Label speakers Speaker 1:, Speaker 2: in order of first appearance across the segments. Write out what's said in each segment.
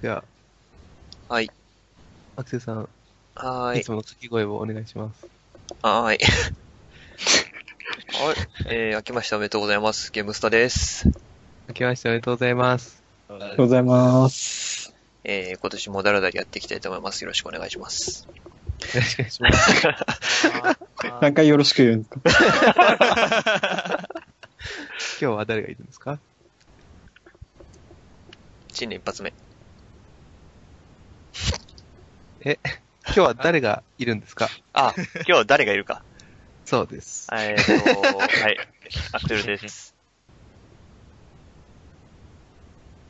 Speaker 1: では、
Speaker 2: はい。
Speaker 1: アクセルさん、、
Speaker 2: はいーい。
Speaker 1: つもの掛け声をお願いします。
Speaker 2: はーい。はい。えー、明けましておめでとうございます。ゲームスタです。
Speaker 1: 明けましておめでとうございます。
Speaker 3: おはようございます。
Speaker 2: えー、今年もだらだらやっていきたいと思います。よろしくお願いします。
Speaker 1: よろしくお願いします。
Speaker 3: 何回よろしく言うんですか
Speaker 1: 今日は誰がいるんですか
Speaker 2: 新年一発目。
Speaker 1: 今日は誰がいるんですか
Speaker 2: あ、今日誰がいるか。
Speaker 1: そうです。
Speaker 2: えーと、 はい。アクセルです。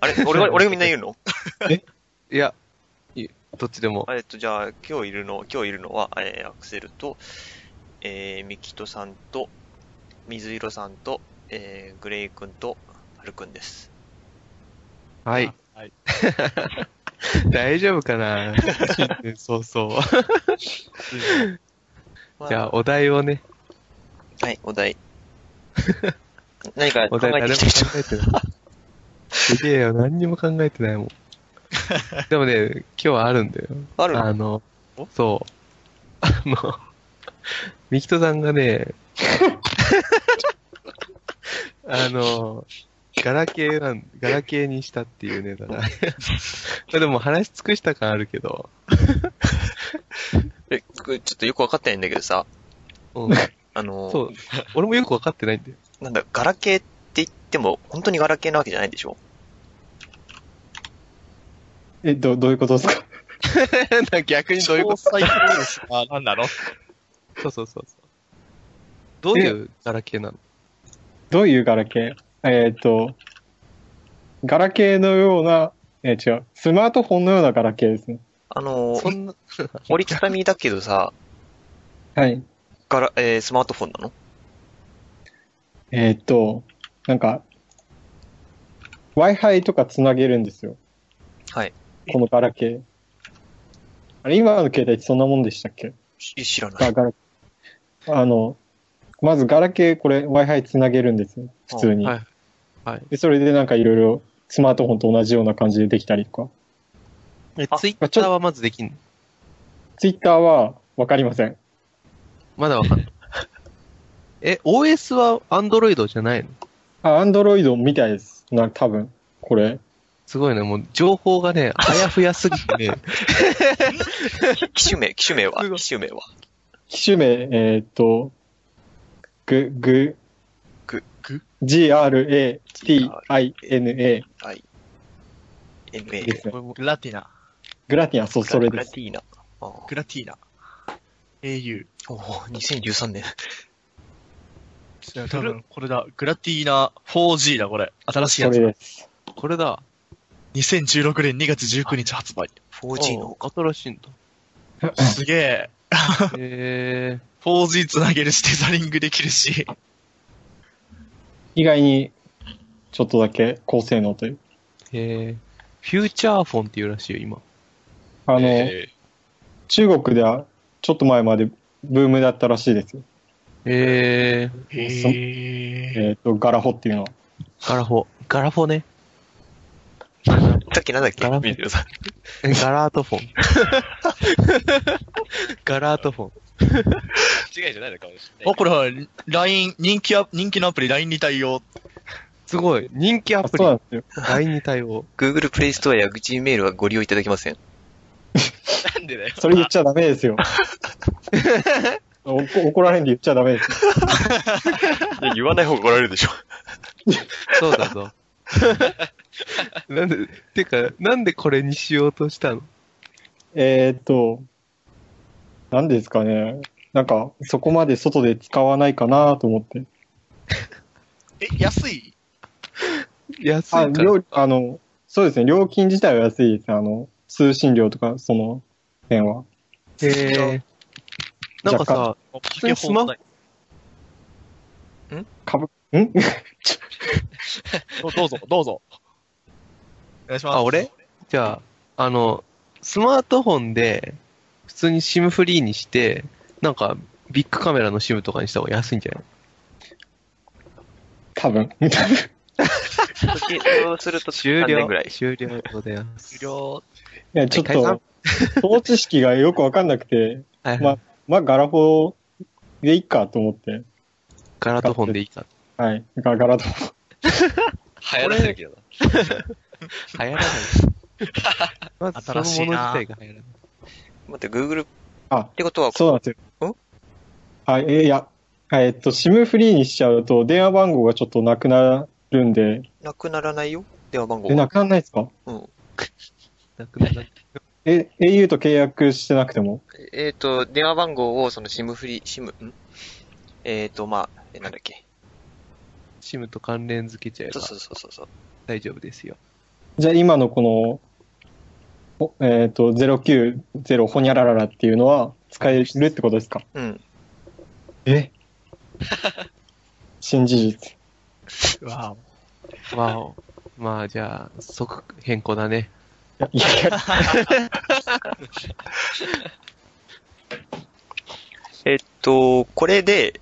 Speaker 2: あれ俺が、俺がみんな言うの
Speaker 1: いや、いどっちでも。
Speaker 2: えっと、じゃあ、今日いるの、今日いるのは、えー、アクセルと、えー、ミキトさんと、水色さんと、えー、グレイ君と、ハル君です。
Speaker 1: はい。
Speaker 3: はい。
Speaker 1: 大丈夫かなそうそう。
Speaker 2: ま
Speaker 1: じゃあ、お題をね、
Speaker 2: はい、お題。 何か
Speaker 1: お
Speaker 2: 考
Speaker 1: 題
Speaker 2: え
Speaker 1: 誰
Speaker 2: て
Speaker 1: も
Speaker 2: きた人
Speaker 1: 考えてない。すげえよ、何にも考えてないもん。でもね、今日はあるんだよ。
Speaker 2: ある
Speaker 1: あの
Speaker 2: お、
Speaker 1: そう。あの、 ミキトさんがね、 あの、ガラケーなん、ガラケーにしたっていうね、だ から。まあでも話し尽くした感あるけど、
Speaker 2: えこれちょっとよくわかってないんだけどさ、
Speaker 1: うん、
Speaker 2: あの、
Speaker 1: そう。俺もよくわかってないんだ よ。
Speaker 2: なんだ、ガラケーって言っても、本当にガラケーなわけじゃないでしょ
Speaker 3: え、ど、どういうことですか
Speaker 1: 逆にどういうこと
Speaker 4: あ、なんだろう
Speaker 1: そうそうそうそう。どういうガラケーなの
Speaker 3: どういうガラケーえーっ、と、ガラケーのような、えー違う、スマートフォンのようなガラケーですね。
Speaker 2: あの、
Speaker 1: そんな、
Speaker 2: 折りたたみだけどさ、
Speaker 3: はい。
Speaker 2: ガラ、えースマートフォンなの
Speaker 3: えーっ、と、なんか、Wi-Fi とかつなげるんですよ。
Speaker 2: はい。
Speaker 3: このガラケー。あれ、今の携帯ってそんなもんでしたっ け
Speaker 2: し知らない。
Speaker 3: あガラあの、まずガラケー、これ Wi-Fi つなげるんですよ。普通に。
Speaker 1: はい。はい。
Speaker 3: で、それでなんかいろいろスマートフォンと同じような感じでできたりとか。
Speaker 1: え
Speaker 2: あ
Speaker 1: ツイッターはまずできんの
Speaker 3: ツイッターはわかりません。
Speaker 1: まだわ かんない。え、OS は Android じゃないの
Speaker 3: あ、アンドロイドみたいです。な、多分。これ。
Speaker 1: すごいね、もう情報がね、あやふやすぎてね、
Speaker 2: 機種名、機種名は
Speaker 1: すごい
Speaker 2: 機種名は
Speaker 3: 機種名、えーっと、ぐ、ぐ、
Speaker 2: ぐ、
Speaker 1: ぐ
Speaker 3: ?gratina。
Speaker 2: はい。
Speaker 3: で
Speaker 2: MA。
Speaker 3: すね。
Speaker 4: グラティナ。
Speaker 3: グラティア、そう、それ
Speaker 2: グ
Speaker 3: で
Speaker 2: ラ
Speaker 3: す。
Speaker 2: ティーナ。あー
Speaker 4: グラティーナ。au。
Speaker 2: おー2013年。
Speaker 4: 多分、これだ。グラティーナ 4G だ、これ。新しい
Speaker 3: そ
Speaker 4: や
Speaker 3: れ
Speaker 4: つ。
Speaker 3: です。
Speaker 1: これだ。
Speaker 4: 2016年2月19日発売。
Speaker 2: 4G の。
Speaker 1: あ新しいんだ。
Speaker 4: すげえ。
Speaker 1: へえ
Speaker 4: 4G つなげるし、テザリングできるし。
Speaker 3: 意外に、ちょっとだけ高性能という。
Speaker 1: ー、へえフューチャーフォンっていうらしいよ、今。
Speaker 3: あの、
Speaker 4: え
Speaker 3: 中国では、ちょっと前までブームだったらしいですよ。
Speaker 1: へえ
Speaker 4: ーえー。
Speaker 3: えーっと、ガラホっていうのは。
Speaker 1: ガラフォ。ガラフォね。
Speaker 2: さっきなんだっけ
Speaker 1: ガラ
Speaker 2: 水野さん。
Speaker 1: えガラートフォン。 ガラートフォン。
Speaker 5: 間違いじゃないのかもしれない
Speaker 4: あ、。これは、LINE、人気ア、人気のアプリ LINE に対応。
Speaker 1: すごい。人気ア
Speaker 3: あ、
Speaker 1: プ
Speaker 3: そうなん
Speaker 1: リ。
Speaker 3: ですよ。
Speaker 1: LINE に対応。
Speaker 2: Google Play Store や Gmail はご利用いただけません。
Speaker 5: なんでだよ。
Speaker 3: それ言っちゃダメですよ。お怒られんで言っちゃダメですよ。
Speaker 2: 言わない方が怒られるでしょ。
Speaker 1: そうだぞ。 なんで、てか、なんでこれにしようとしたの
Speaker 3: えーっと、何ですかね。なんか、そこまで外で使わないかなと思って。
Speaker 4: え、安い
Speaker 1: 安いか
Speaker 3: あ、
Speaker 1: ら。
Speaker 3: 料、あの、そうですね。料金自体は安いです。あの、通信料とか、その、辺は。
Speaker 1: へえなんかさ、
Speaker 4: 普
Speaker 1: 通にスマホ
Speaker 3: かぶ、 ん
Speaker 4: どうぞ、どうぞ。お願いします。
Speaker 1: あ、俺じゃあ、あの、スマートフォンで、普通に SIM フリーにして、なんか、ビッグカメラの SIM とかにした方が安いんじゃない
Speaker 3: 多分。
Speaker 2: 時、そうすると
Speaker 1: 終
Speaker 2: 3
Speaker 1: 了
Speaker 2: 年ぐらい。
Speaker 1: 終了でございます。
Speaker 4: 終了。
Speaker 3: いや、ちょっ
Speaker 1: はい解散
Speaker 3: と、 統知識がよくわかんなくて、
Speaker 1: はい、
Speaker 3: まあ、まあ、ガラフォーでいいかと思って、
Speaker 1: ガラトフォンでいいか。
Speaker 3: はい。ガガラと。
Speaker 5: 流行らせるけどな。
Speaker 1: 流行らない。まず、その
Speaker 4: 新し
Speaker 1: も
Speaker 4: い
Speaker 1: の自体
Speaker 4: な
Speaker 1: が流行らない。
Speaker 2: 待って、Google
Speaker 3: あ
Speaker 2: ってことは、
Speaker 3: そうなんですよ。
Speaker 2: ん
Speaker 3: あ、えいや、えっと、SIM フリーにしちゃうと、電話番号がちょっとなくなるんで、
Speaker 2: なくならないよ電話番号
Speaker 3: え、なくならないですか
Speaker 2: うん。
Speaker 1: なくならない
Speaker 3: え、au と契約してなくても。
Speaker 2: えっ、と、電話番号を、その、シムフリー、シム、んえっ、と、まあ、えなんだっけ。
Speaker 1: シムと関連付けちゃえ
Speaker 2: そ
Speaker 1: ば
Speaker 2: うそうそうそうそう。
Speaker 1: 大丈夫ですよ。
Speaker 3: じゃあ、今のこの、おえっ、と、090ほにゃらららっていうのは使えるってことですか
Speaker 2: うん。
Speaker 3: え新事実。
Speaker 4: わ
Speaker 1: わお。まあ、じゃあ、即変更だね。
Speaker 3: いやいや、
Speaker 2: えっと、これで、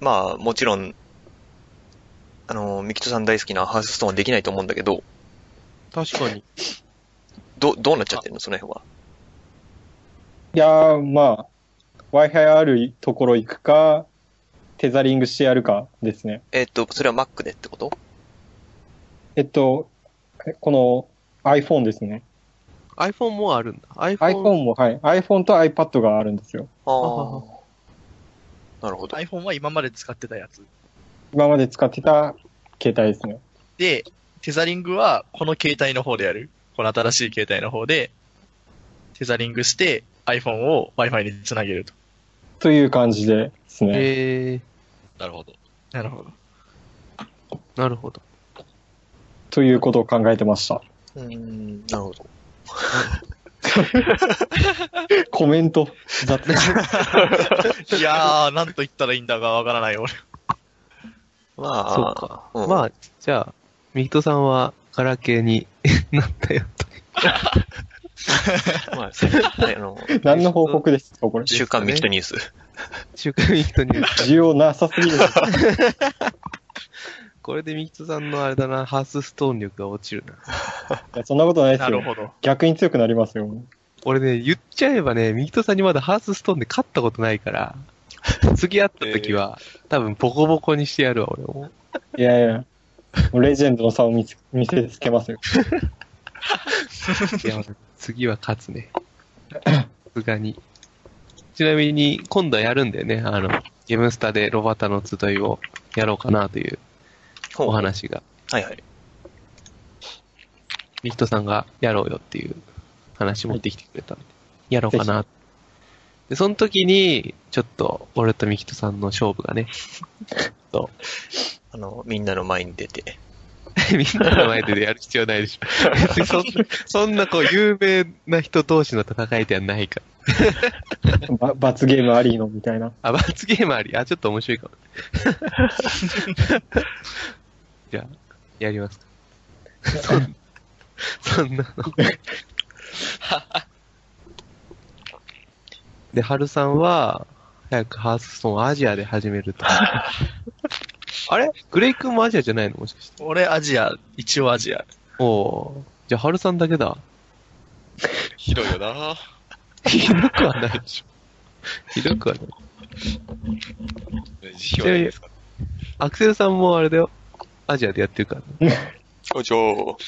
Speaker 2: まあ、もちろん、あの、ミキトさん大好きなハースストーンはできないと思うんだけど、
Speaker 1: 確かに。
Speaker 2: ど、どうなっちゃってるのその辺は。
Speaker 3: いやーまあ、Wi-Fi あるところ行くか、テザリングしてやるかですね。
Speaker 2: えっと、それは Mac でってこと
Speaker 3: えっと、えこの iPhone ですね。
Speaker 1: iPhone もあるんだ。iPhone。
Speaker 3: iPhone も、はい。iPhone と iPad があるんですよ。
Speaker 2: あ
Speaker 1: は
Speaker 2: あ。なるほど。
Speaker 4: iPhone は今まで使ってたやつ。
Speaker 3: 今まで使ってた携帯ですね。
Speaker 4: で、テザリングはこの携帯の方でやる。この新しい携帯の方で、テザリングして iPhone を Wi-Fi につなげると。
Speaker 3: という感じですね。
Speaker 1: え
Speaker 5: なるほど。
Speaker 4: なるほど。
Speaker 1: ー、なるほど。
Speaker 3: ということを考えてました。
Speaker 2: うーん、なるほど。
Speaker 3: コメント、雑。
Speaker 4: いやー、なんと言ったらいいんだかわからない俺。
Speaker 2: まあ、
Speaker 1: そうか。
Speaker 2: うん
Speaker 1: まあ、じゃあ、ミキトさんはガラケーに なったよと。
Speaker 2: まあ、それは いあの、
Speaker 3: 何の報告ですか、これ。
Speaker 2: 週刊ミキトニュース。
Speaker 1: 週刊ミキトに。
Speaker 3: 需要なさすぎる。
Speaker 1: これでミキトさんのあれだな、ハースストーン力が落ちるな。
Speaker 3: いやそんなことないで
Speaker 4: な
Speaker 3: す
Speaker 4: る
Speaker 3: よ。
Speaker 4: ほど。
Speaker 3: 逆に強くなりますよ。
Speaker 1: 俺ね、言っちゃえばね、ミキトさんにまだハースストーンで勝ったことないから、次会った時は、多分ボコボコにしてやるわ、俺も。
Speaker 3: いやいや。もうレジェンドの差を見つ見せつけます
Speaker 1: い
Speaker 3: よ。
Speaker 1: や、次は勝つね。さすがに。ちなみに、今度はやるんだよね、あの、ゲームスタでロバタの集いをやろうかなという
Speaker 2: ほう
Speaker 1: お話が、
Speaker 2: はいはい。
Speaker 1: ミキトさんがやろうよっていう話持ってきてくれたんで、やろうかな。で、その時に、ちょっと、俺とミキトさんの勝負がね、
Speaker 2: あの、みんなの前に出て。
Speaker 1: みんなの前でやる必要ないでしょ。別にそんな、そんなこう、有名な人同士の戦いではないから。
Speaker 3: ば罰ゲームありのみたいな。
Speaker 1: あ、罰ゲームあり。あ、ちょっと面白いかも。 じゃあ、やりますか。そんなの。で、ハルさんは、早くハースストーンをアジアで始めると。あれグレイ君もアジアじゃないのもしかして。
Speaker 4: 俺アジア、一応アジア。
Speaker 1: おおー。じゃあ、ハルさんだけだ。
Speaker 5: ひどいよな。
Speaker 1: ひどくはないでしょ。ひどくはない。
Speaker 5: 慈悲はないですか。
Speaker 1: アクセルさんもあれだよ。アジアでやってるからね。
Speaker 5: お 嬢。お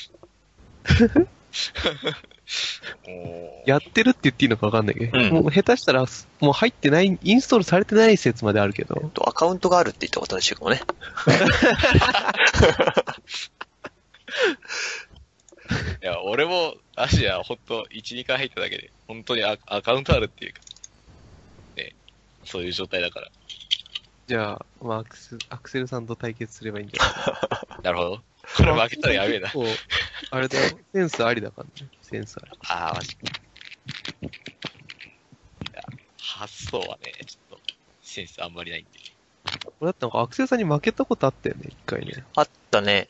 Speaker 5: ー
Speaker 1: やってるって言っていいのかわかんないけど、
Speaker 2: うん
Speaker 1: もう下手したら、もう入ってない、インストールされてない説まであるけ
Speaker 2: えっ
Speaker 1: ど、
Speaker 2: と、アカウントがあるって言ったことらしいかもね。
Speaker 5: いや、俺もアジア、ほんと、1、2回入っただけで、本当にアアカウントあるっていうか、ね、そういう状態だから。
Speaker 1: じゃあ、まあアクセル、アクセルさんと対決すればいいんじゃない
Speaker 5: なるほど。これ負けたらやべえな。
Speaker 1: 結構あれだよ、センスありだからね。センスあり。
Speaker 5: あー、マジか。いや、発想はね、ちょっと、センスあんまりないんで。
Speaker 1: 俺だってなんかアクセルさんに負けたことあったよね、一回ね。
Speaker 2: あったね。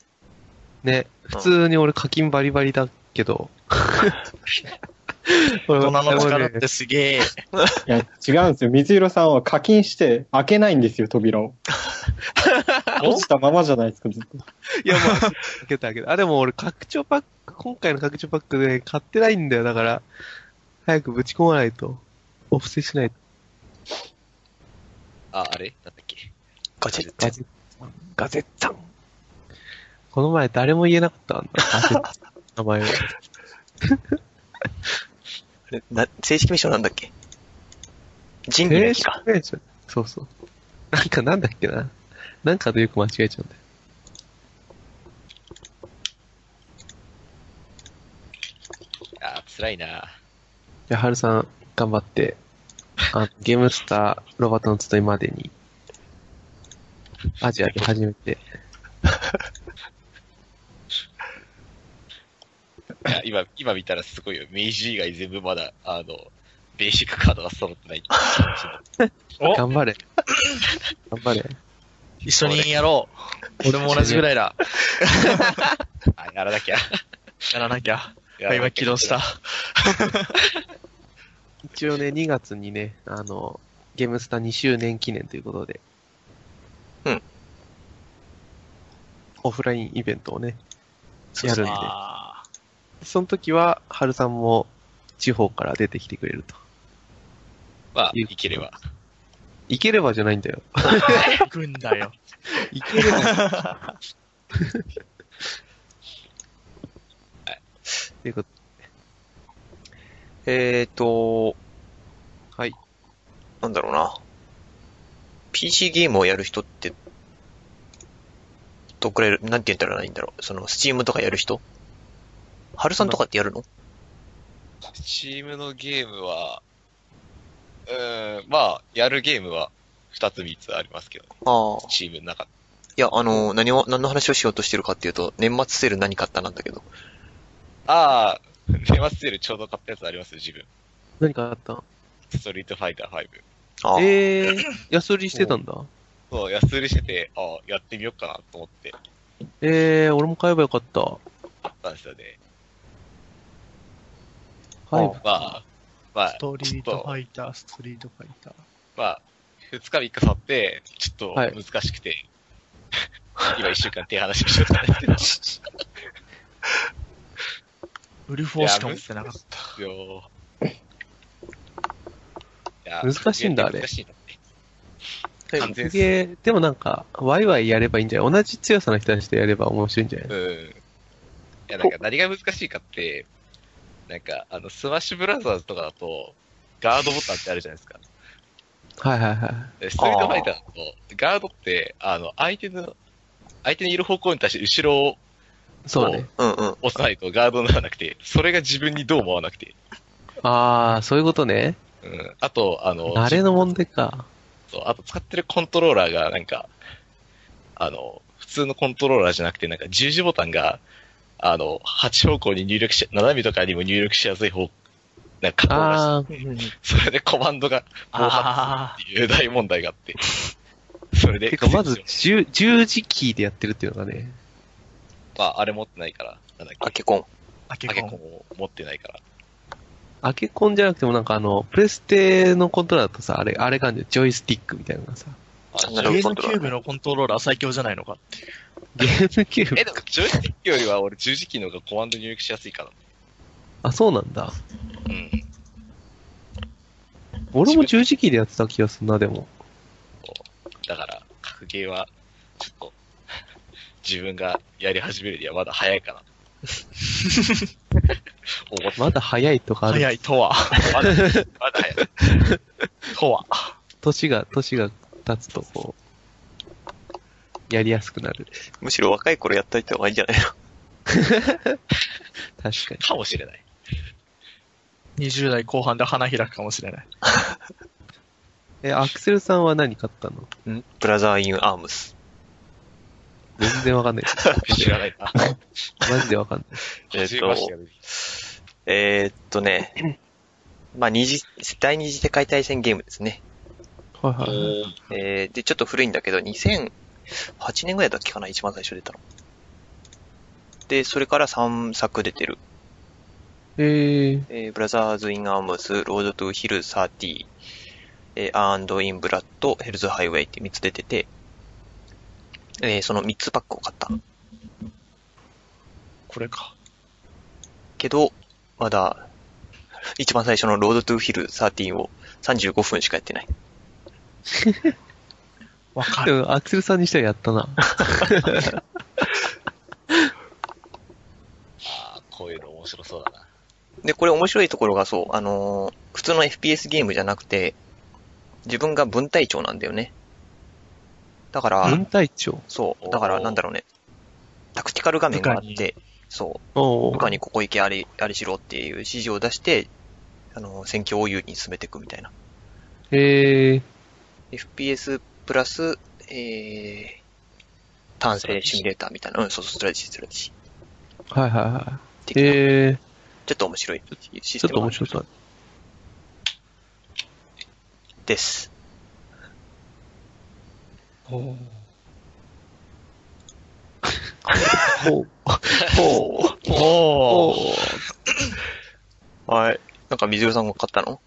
Speaker 1: ね、普通に俺課金バリバリだけ ど、俺
Speaker 4: 大人
Speaker 1: は
Speaker 4: の力っ
Speaker 1: ね
Speaker 4: てすげ
Speaker 3: い
Speaker 4: え。
Speaker 3: や、違うんですよ。水色さんは課金して開けないんですよ、扉を。閉じたままじゃないですか、ずっと。
Speaker 1: いや、まあ、開けたけど。あ、でも俺、拡張パック、今回の拡張パックで買ってないんだよ。だから、早くぶち込まないと。お布施しないと。
Speaker 5: あ、あれなんだっけ
Speaker 2: ガチェッ
Speaker 1: ガゼッタン。ガゼッタン。この前誰も言えなかったんだ。ガゼッタン名 前を。
Speaker 2: ト。な正式名称なんだっけ人類の
Speaker 1: 停
Speaker 2: 日か。
Speaker 1: 止しそうそう。なんかなんだっけな。なんかでよく間違えちゃうんだよ。
Speaker 5: あー、辛いな。
Speaker 1: じゃあ、はるさん、頑張って。あゲームスター、ロバートの集いまでに、アジアで初めて。
Speaker 5: いや今、今見たらすごいよ。明治以外全部まだ、あの、ベーシックカードが揃ってないって話になって
Speaker 4: お
Speaker 1: 頑張れ。頑張れ。
Speaker 4: 一緒にやろう。俺も同じぐらいだ。
Speaker 5: あ、やらなきゃ。
Speaker 4: やらなきゃ。
Speaker 5: やらなきゃ
Speaker 4: 今起動した。。
Speaker 1: 一応ね、2月にね、あの、ゲームスタ2周年記念ということで。
Speaker 2: うん。
Speaker 1: オフラインイベントをね、
Speaker 2: そう
Speaker 1: や
Speaker 2: そ
Speaker 1: る
Speaker 2: うん
Speaker 1: で。
Speaker 4: あ
Speaker 1: その時は、はるさんも地方から出てきてくれると。
Speaker 5: まあ、いければ。
Speaker 1: 行ければじゃないんだよ。
Speaker 4: ー行くんだよ。
Speaker 1: 行ければ。ということ
Speaker 2: えーと、
Speaker 1: はい。
Speaker 2: なんだろうな。PC ゲームをやる人って、どくらい、なんて言ったらいいんだろう。その、スチームとかやる人ハルさんとかってやるの
Speaker 5: チームのゲームは、うーん、まあ、やるゲームは、二つ三つありますけど、
Speaker 2: ああ。
Speaker 5: チームの中で。
Speaker 2: いや、あの、何を、何の話をしようとしてるかっていうと、年末セール何買ったなんだけど。
Speaker 5: ああ、ネマステルちょうど買ったやつありますよ、自分。
Speaker 1: 何かあった
Speaker 5: ストリートファイター5。
Speaker 2: ああ。
Speaker 1: ええー、安売りしてたんだ。
Speaker 5: そう、安売りしてて、ああ、やってみようかなと思って、
Speaker 1: ええー、俺も買えばよかった。は
Speaker 5: 買ったんですよね。
Speaker 1: い。
Speaker 5: まあ、まあ、
Speaker 4: ストリー
Speaker 5: ちょ
Speaker 4: ト
Speaker 5: っ
Speaker 4: フ
Speaker 5: と
Speaker 4: ァイター、ストリートファイター。
Speaker 5: まあ、二日三日経って、ちょっと
Speaker 1: はい
Speaker 5: 難しくて、今一週間手離しましょうかなんです
Speaker 4: ウルフォーしか持ってなかった。
Speaker 5: けどよーいや
Speaker 1: 難しいんだあれ
Speaker 5: 難しいんだって完全
Speaker 1: すげえ、でもなんか、ワイワイやればいいんじゃない同じ強さの人たちとやれば面白いんじゃない
Speaker 5: うん。いや、なんか何が難しいかって、なんか、あの、スマッシュブラザーズとかだと、ガードボタンってあるじゃないですか。
Speaker 1: はいはいはい。
Speaker 5: でストリートファイターだと、ガードって、あの、相手の、相手のいる方向に対して後ろを
Speaker 1: そうね。
Speaker 2: うんうん。
Speaker 5: 押さないとガードにならなくて、それが自分にどう思わなくて。
Speaker 1: ああ、そういうことね。
Speaker 5: うん。あと、あの、
Speaker 1: あれの問題か。
Speaker 5: そうあと使ってるコントローラーが、なんか、あの、普通のコントローラーじゃなくて、なんか十字ボタンが、あの、8方向に入力し、斜めとかにも入力しやすい方、なんか、
Speaker 1: あ
Speaker 5: それでコマンドが暴発
Speaker 4: あ
Speaker 5: っていう大問題があって。それ
Speaker 1: あ、
Speaker 5: で。
Speaker 1: てかまず十、十字キーでやってるっていうのがね。
Speaker 5: まあ、あれ持ってないから。なんだっけ。
Speaker 2: あけこん。
Speaker 4: あ、
Speaker 5: あ
Speaker 4: 結
Speaker 5: けこ
Speaker 4: 構。
Speaker 5: も持ってないから。
Speaker 1: アケコンじゃなくてもなんかあの、プレステのコントローラーだとさ、あれ、あれ感じでジョイスティックみたいなのが さ、
Speaker 5: あ
Speaker 2: なるほど
Speaker 4: ゲームキューブのコントローラー最強じゃないのか。
Speaker 1: ゲームキュー
Speaker 5: え、
Speaker 1: ブ。
Speaker 5: でも、ジョイスティックよりは俺十字キーの方がコマンド入力しやすいかな。
Speaker 1: あ、そうなんだ。
Speaker 5: うん。
Speaker 1: 俺も十字キーでやってた気がするな、でも。
Speaker 5: だから、格ゲーは、ちょっと、自分がやり始めるにはまだ早いかな。思った
Speaker 1: まだ早いとかある。
Speaker 4: 早いとは。
Speaker 5: まだ、まだ早い。
Speaker 4: とは。
Speaker 1: 年が、年が経つとこう、やりやすくなる。
Speaker 2: むしろ若い頃やっといた方がいいんじゃないの
Speaker 1: 確かに。
Speaker 5: かもしれない。
Speaker 4: 20代後半で花開くかもしれない。
Speaker 1: え、アクセルさんは何買ったの
Speaker 2: ブラザー・イン・アームス。
Speaker 1: 全然わ かんない。
Speaker 5: 知らないな。
Speaker 1: マジでわかんない。
Speaker 2: えっと
Speaker 5: 初めましてやる
Speaker 2: えー、っとね、まあ、二次、第二次世界大戦ゲームですね。
Speaker 1: はいはいはい。
Speaker 2: えー、で、ちょっと古いんだけど、2008年ぐらいだっけかな、一番最初出たの。で、それから3作出てる。
Speaker 1: えー、
Speaker 2: えー、ブラザーズ・イン・アームス、ロード・トゥ・ヒル30、えー、アーンド・イン・ブラッド、ヘルズ・ハイウェイって3つ出てて、えーその3つパックを買った。
Speaker 4: これか。
Speaker 2: けど、まだ、一番最初のロードトゥヒル13を35分しかやってない。
Speaker 4: わか
Speaker 1: で
Speaker 4: る。
Speaker 1: もアクセルさんにしてはやったな。
Speaker 5: ああ、こういうの面白そうだな。
Speaker 2: で、これ面白いところがそう、あのー普通の FPS ゲームじゃなくて、自分が分隊長なんだよね。だから、
Speaker 1: 分隊長。
Speaker 2: そう、だからなんだろうね。タクティカル画面があっ
Speaker 4: 部下
Speaker 2: て、そう、
Speaker 1: お
Speaker 2: 部
Speaker 1: ー
Speaker 2: 下にここ行け、あれ、あれしろっていう指示を出して、あのー戦況を優位に進めていくみたいな。
Speaker 1: へえ
Speaker 2: FPS プラス、えー、単性シミュレーターみたいな。うん、そうそう、ストラテジー、ストラテジー。
Speaker 1: ー。はいはいは
Speaker 2: 的
Speaker 1: い。
Speaker 2: な
Speaker 1: へえ
Speaker 2: ちょっと面白い
Speaker 1: ー。ちょ
Speaker 2: シス
Speaker 1: っ
Speaker 2: テ
Speaker 1: と
Speaker 2: ム
Speaker 1: 面白そう。
Speaker 2: です。
Speaker 4: おー
Speaker 1: ほう。ほう。
Speaker 4: お
Speaker 1: ほ
Speaker 4: ー
Speaker 1: う。
Speaker 2: はい。なんか、水色さんが買ったの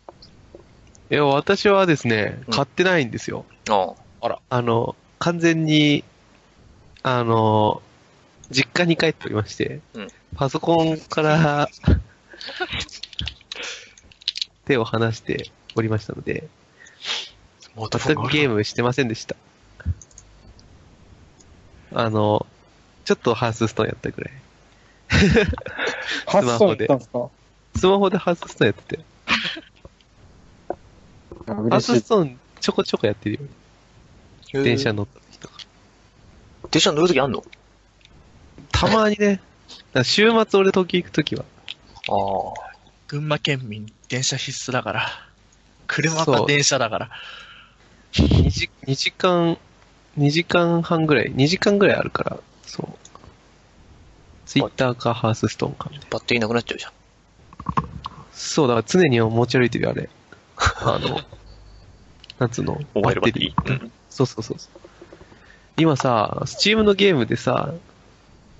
Speaker 1: いや、私はですね、
Speaker 2: うん
Speaker 1: 買ってないんですよ。
Speaker 2: あ
Speaker 1: あの、完全に、あの、実家に帰っておりまして、
Speaker 2: うん
Speaker 1: パソコンから 手を離しておりましたので、
Speaker 2: あ。もう
Speaker 1: 全くゲームしてませんでした。あの、ちょっとハースストーンやったぐらい。
Speaker 3: ハッソンやったんですか
Speaker 1: スマホでハースストーンやってて、ハー
Speaker 3: 嬉し
Speaker 1: ス
Speaker 3: い
Speaker 1: ス。トーンちょこちょこやってるよ。
Speaker 2: ム
Speaker 1: 電車乗った時とか。
Speaker 2: 電車乗るときあんの
Speaker 1: たまにね、だから週末俺東京行く時は、
Speaker 2: ああ。
Speaker 4: 群馬県民、電車必須だから。車か
Speaker 1: そう
Speaker 4: 電車だから。
Speaker 1: 2時 ,2 時間、2時間半ぐらい、2時間ぐらいあるから、そう。ツイッターかハースストーンかみたいな。
Speaker 2: バッテリーなくなっちゃうじゃん。
Speaker 1: そう、だから常に持ち歩いてるよ、あれ。 あの、なんつうの
Speaker 2: モバイルバッテリー。うん。
Speaker 1: そうそうそうそう。今さ、スチームのゲームでさ、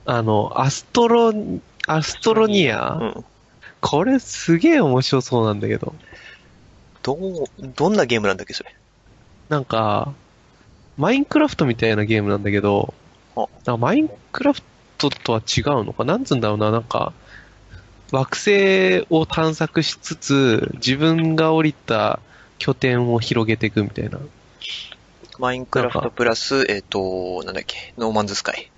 Speaker 1: あの、アストロ、アストロニア、
Speaker 2: うん。
Speaker 1: これすげえ面白そうなんだけど。
Speaker 2: どう、どんなゲームなんだっけ、それ。
Speaker 1: なんか、マインクラフトみたいなゲームなんだけど
Speaker 2: あ、
Speaker 1: なんかマインクラフトとは違うのかなんつうんだろうな、なんか、惑星を探索しつつ、自分が降りた拠点を広げていくみたいな。
Speaker 2: マインクラフ
Speaker 1: な
Speaker 2: ト
Speaker 1: ん
Speaker 2: プラス、えっ、と、なんだっけ、ノーマンズスカイ。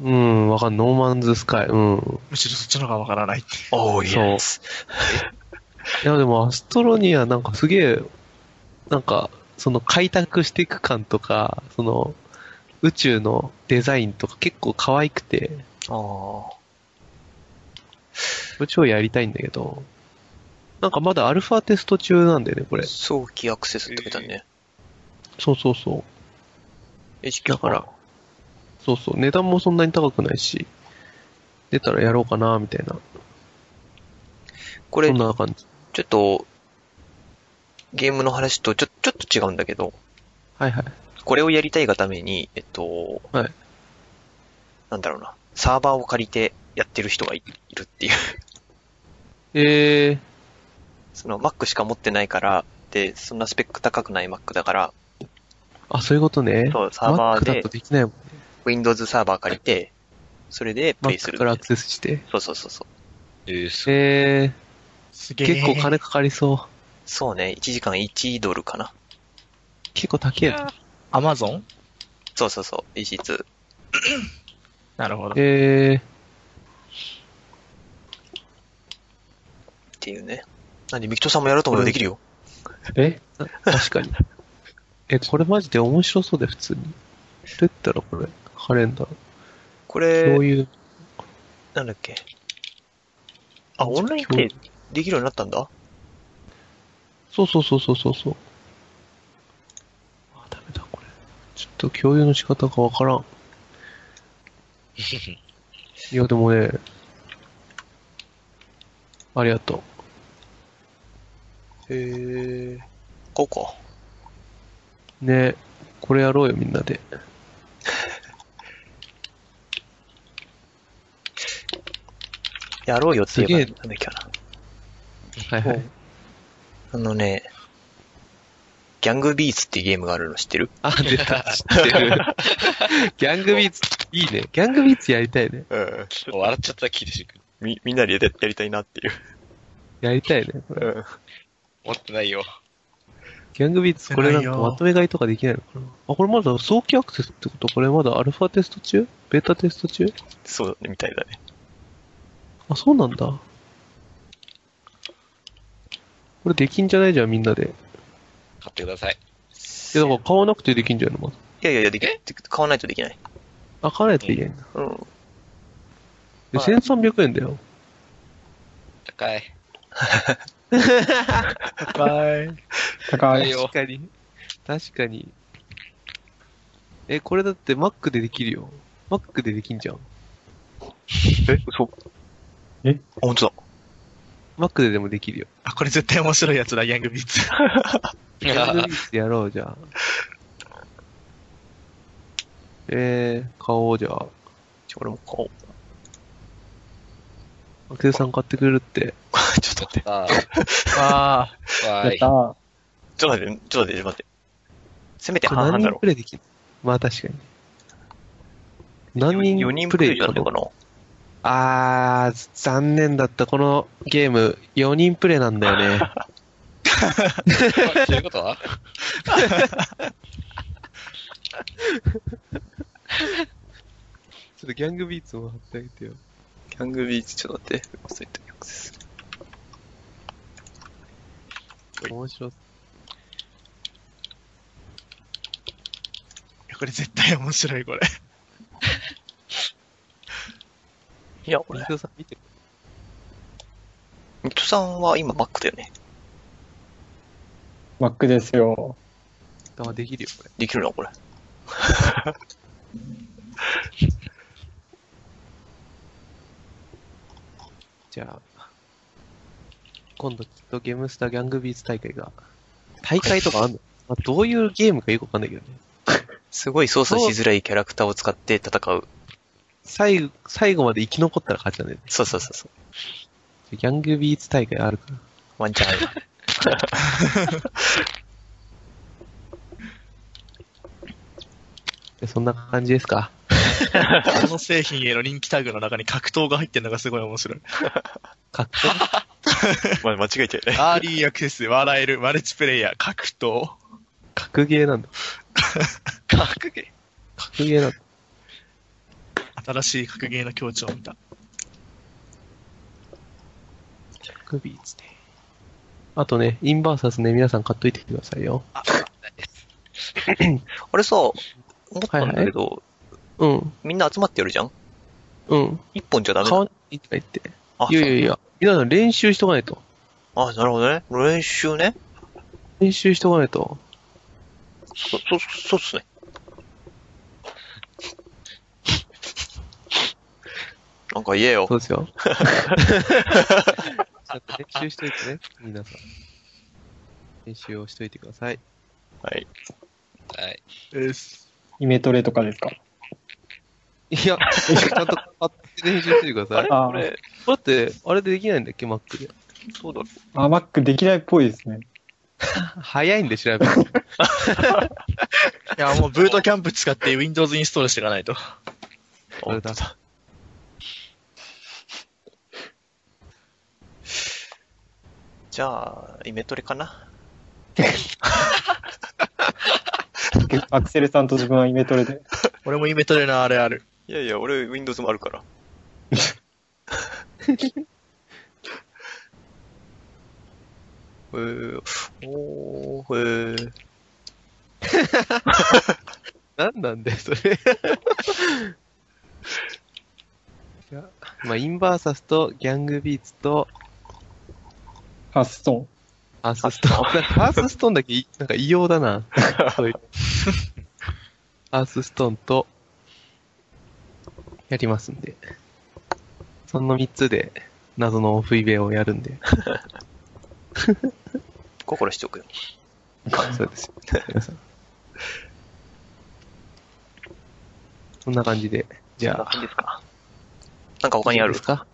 Speaker 1: うん、わかんない。ノーマンズスカイ。うん。
Speaker 4: むしろそっちの方がわからないっていう。
Speaker 2: おー、
Speaker 1: そう。いや、でもアストロニアなんかすげえ、なんか、その開拓していく感とか、その、宇宙のデザインとか結構可愛くて、
Speaker 2: ああ。
Speaker 1: 超やりたいんだけど、なんかまだアルファテスト中なんだよね、これ。
Speaker 2: 早期アクセスって書いてあるね。
Speaker 1: そうそうそう。
Speaker 2: HQ
Speaker 1: だから、そうそう、値段もそんなに高くないし、出たらやろうかな、みたいな。
Speaker 2: これ
Speaker 1: そん、な感じ。
Speaker 2: ちょっと、ゲームの話とちょ、ちょっと違うんだけど、
Speaker 1: はいはい。
Speaker 2: これをやりたいがために、えっと、
Speaker 1: はい
Speaker 2: なんだろうな、サーバーを借りてやってる人がいいるっていう。
Speaker 1: え
Speaker 2: その Mac しか持ってないから、で、そんなスペック高くない Mac だから、
Speaker 1: ー、あ、そういうことね。
Speaker 2: そうサーバー
Speaker 1: Mac だ
Speaker 2: で
Speaker 1: とできないもん。
Speaker 2: Windows サーバー借りて、それでプレイす
Speaker 1: Mac
Speaker 2: る
Speaker 1: からアクセスして。
Speaker 2: そうそうそうそう。
Speaker 5: えー、す
Speaker 1: え
Speaker 4: す
Speaker 1: ー、
Speaker 4: げえ。
Speaker 1: 結構金かかりそう。
Speaker 2: そうね、1時間1ドルかな。
Speaker 1: 結構高いや
Speaker 4: アマゾン
Speaker 2: そうそうそう、EC2。
Speaker 4: なるほど
Speaker 1: つ。。え
Speaker 2: っていうね。なんで、ミキトさんもやろうと思えばできるよ。
Speaker 3: え
Speaker 1: ー、確かに。 え、これマジで面白そうで、普通に。どうやったらこれ、カレンダー。
Speaker 2: こ
Speaker 1: どう
Speaker 2: れ、
Speaker 1: いう、
Speaker 2: なんだっけ。あ、オンラインプレイできるようになったんだ
Speaker 1: そうそうそうそうそうそう。あ、ダメだ、これ。ちょっと共有の仕方がわ からん。いや、でもね、ありがと
Speaker 2: へえ。こうか。
Speaker 1: う。ね、これやろうよ、みんなで。
Speaker 2: やろうよって言えば
Speaker 1: すげ
Speaker 2: なんだっけか
Speaker 1: は
Speaker 2: な。
Speaker 1: いはい。
Speaker 2: あのね、ギャングビーツっていうゲームがあるの知ってる
Speaker 1: あ、出た。知ってる。 ギャングビーツ、いいね。ギャングビーツやりたいね。
Speaker 2: うん。
Speaker 5: 笑っちゃったら聞いてしまう
Speaker 2: み、みんなでややりたいなっていう。
Speaker 1: やりたいね。
Speaker 2: うん。
Speaker 5: 持ってないよ。
Speaker 1: ギャングビーツ、これなんかまとめ買いとかできないのかなあ、これまだ早期アクセスってことこれまだアルファテスト中ベータテスト中
Speaker 2: そうだね、みたいだね。
Speaker 1: あ、そうなんだ。これできんじゃないじゃん、みんなで。
Speaker 5: 買ってください。
Speaker 1: いや、だから買わなくてできんじゃないのまず
Speaker 2: いやいやいや、できない。買わないとできない。
Speaker 1: あ、買わないといけないんだ。
Speaker 2: うん。
Speaker 1: で、
Speaker 2: はい
Speaker 1: 1300円だよ。
Speaker 5: 高い。
Speaker 4: バイ。
Speaker 3: 高
Speaker 5: い
Speaker 3: い。
Speaker 5: よ
Speaker 1: 確かに。確かに。え、これだって Mac でできるよ。Mac でできんじゃん。
Speaker 2: え、嘘。
Speaker 3: え
Speaker 2: あ、本当だ。
Speaker 1: Mac ででもできるよ。
Speaker 4: あ、これ絶対面白いやつだ、ギャングビーツ。
Speaker 1: ギャングビーツやろうじゃん。えー、買おうじゃあ。
Speaker 2: ちょ、俺も買おう。
Speaker 1: アクセルさん買ってくれるって。
Speaker 2: ちょっと待って。
Speaker 5: あ
Speaker 4: あ
Speaker 5: あ、
Speaker 3: や
Speaker 5: は
Speaker 3: っ
Speaker 5: い。
Speaker 2: ち
Speaker 3: た。
Speaker 2: ょっと待って、ちょっと待って、ちょっと待って。せめて
Speaker 1: これ
Speaker 2: 半々
Speaker 1: 何
Speaker 2: だ
Speaker 1: 人
Speaker 2: ろ
Speaker 1: プレイできるまあ確かに。何人
Speaker 2: ?4 人
Speaker 1: プ
Speaker 2: プ
Speaker 1: レ
Speaker 2: レイ
Speaker 1: イ
Speaker 2: なのかな
Speaker 1: あー、残念だった。このゲーム、4人プレイなんだよ ね。
Speaker 5: そういうことは
Speaker 1: ちょっとギャングビーツも貼ってあげてよ。
Speaker 2: ギャングビーツ、ちょっと待って。忘れてアクセス。
Speaker 1: 面白そ
Speaker 4: あ。これ絶対面白い、これ。
Speaker 2: いや、
Speaker 1: う。
Speaker 2: 俺
Speaker 1: 伊、藤さん見て。
Speaker 2: ミトさんは今 Mac だよね。
Speaker 3: マックですよ。
Speaker 1: あ、できるよ、これ。
Speaker 2: できるな、これ。
Speaker 1: じゃあ、今度きっとゲームスターギャングビーツ大会が、大会とか あんの、まあ、どういうゲームかよくわかんないけどね。
Speaker 2: すごい操作しづらいキャラクターを使って戦う。
Speaker 1: 最後、最後まで生き残ったら勝ちなんだよね。
Speaker 2: そうそうそうそう。
Speaker 1: ギャングビーツ大会あるから。
Speaker 2: ワンチャンある。
Speaker 1: でそんな感じですか。
Speaker 4: この製品への人気タグの中に格闘が入ってるのがすごい面白い。
Speaker 1: 格闘
Speaker 2: まあ、間違えちゃうね。
Speaker 4: アーリーアクセス、笑える、マルチプレイヤー、格闘。
Speaker 1: 格ゲーなんだ。
Speaker 5: 格ゲ
Speaker 1: 格ゲーなんだ。
Speaker 4: 新しい格ゲーの境地を見た。
Speaker 1: 格ビーツね。あとね、インバーサスね、皆さん買っといてくださいよ。
Speaker 2: あれさ、思ったんだけど、
Speaker 1: うん、
Speaker 2: みんな集まってやるじゃん
Speaker 1: うん。
Speaker 2: 一本じゃダメ
Speaker 1: 買
Speaker 2: な
Speaker 1: わ
Speaker 2: の
Speaker 1: ないとか言って。
Speaker 2: あ、
Speaker 1: いやいやいや、皆さん練習しとかないと。
Speaker 2: そうあ、なるほどね。練習ね。
Speaker 1: 練習しとかないと。
Speaker 2: そ、そ、そうっすね。なんか言えよ
Speaker 1: そ。うですよ。 ちょっと練習しといてね、皆さん。練習をしといてください。
Speaker 2: はい。
Speaker 5: ー。はい。
Speaker 4: です。
Speaker 3: イメトレとかですか
Speaker 1: いや、ちゃんと買って練習しててください。
Speaker 2: あ
Speaker 1: あ
Speaker 2: れ
Speaker 1: れ
Speaker 3: あー
Speaker 2: これ、
Speaker 1: だって、あれでできないんだっけ、Mac で。
Speaker 2: そうだ。
Speaker 3: あ、マックできないっぽいですね。
Speaker 1: 早いんで調 べる。
Speaker 4: いや、もうブートキャンプ使って Windows インストールしていかないと。
Speaker 1: これだ
Speaker 2: 本当だじゃあ、イメトレかな
Speaker 3: アクセルさんと自分はイメトレで。
Speaker 4: 俺もイメトレのあれある。
Speaker 2: いやいや、俺 Windows もあるから。えー、おー、えー。
Speaker 1: なんなんだよ、それ。 いや、まあ、インバーサスとギャングビーツと
Speaker 3: ハーススト
Speaker 1: アースストーン。なんかアースストーンだけい、なんか異様だ な。そういうアースストーンと、やりますんで。その3つで、謎のオフイベをやるんで。
Speaker 2: 心しておくように。
Speaker 1: そうですよ。皆さん。そんな感じで。じ
Speaker 2: こんな
Speaker 1: ゃあ、
Speaker 2: 感じですかなんか他にあ
Speaker 1: いい
Speaker 2: る
Speaker 1: ですか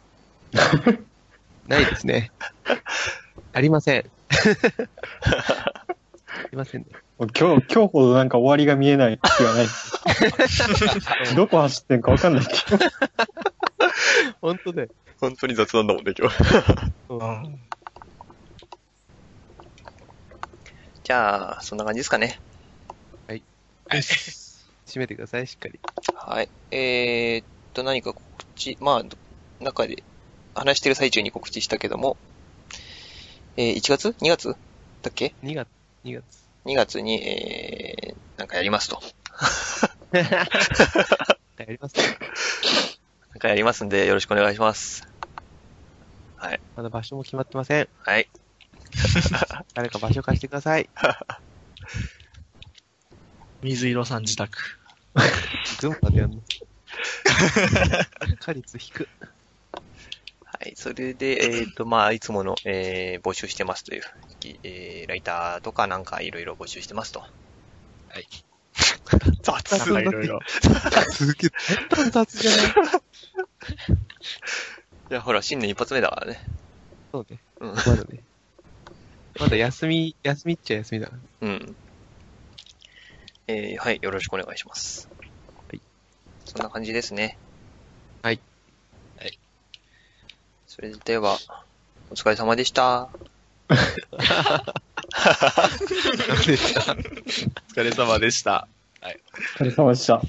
Speaker 1: ないですね。ありません。いませんね。
Speaker 3: 今日、今日ほどなんか終わりが見えない気はない。どこ走ってんかわかんないけど。
Speaker 1: 本当だよ。
Speaker 2: 本当に雑談だもんね、今日。
Speaker 4: うん。
Speaker 2: じゃあ、そんな感じですかね。
Speaker 1: 締めてください、しっかり。
Speaker 2: はい。えーっと、何か告知、まあど、中で、話してる最中に告知したけども、えー1月 ?2 月だっけ
Speaker 1: 2月、2月。
Speaker 2: ?2 月に、えー、なんかやりますと。
Speaker 1: やりますね。
Speaker 2: なんかやりますんで、よろしくお願いします。
Speaker 1: まだ場所も決まってません。
Speaker 2: はい。
Speaker 1: 誰か場所貸してください。
Speaker 4: 水色さん自宅。
Speaker 1: ズンバでやんの。果率低く。
Speaker 2: はい。それで、えーっと、まあ、いつもの、えー募集してますという、きえーライターとかなんかいろいろ募集してますと。はい。雑
Speaker 4: なんかいろいろ。
Speaker 1: すげえ、本当雑じゃない
Speaker 2: いや、ほら、新年一発目だからね。
Speaker 1: そうね。
Speaker 2: うん
Speaker 1: まだね。まだ休み、休みっちゃ休みだから。
Speaker 2: うん。えー、はい、よろしくお願いします。
Speaker 1: はい。
Speaker 2: そんな感じですね。
Speaker 1: はい。
Speaker 5: はい。
Speaker 2: それでは、お疲れ様でした。
Speaker 4: お疲れ様でした。
Speaker 3: お疲れ様でした。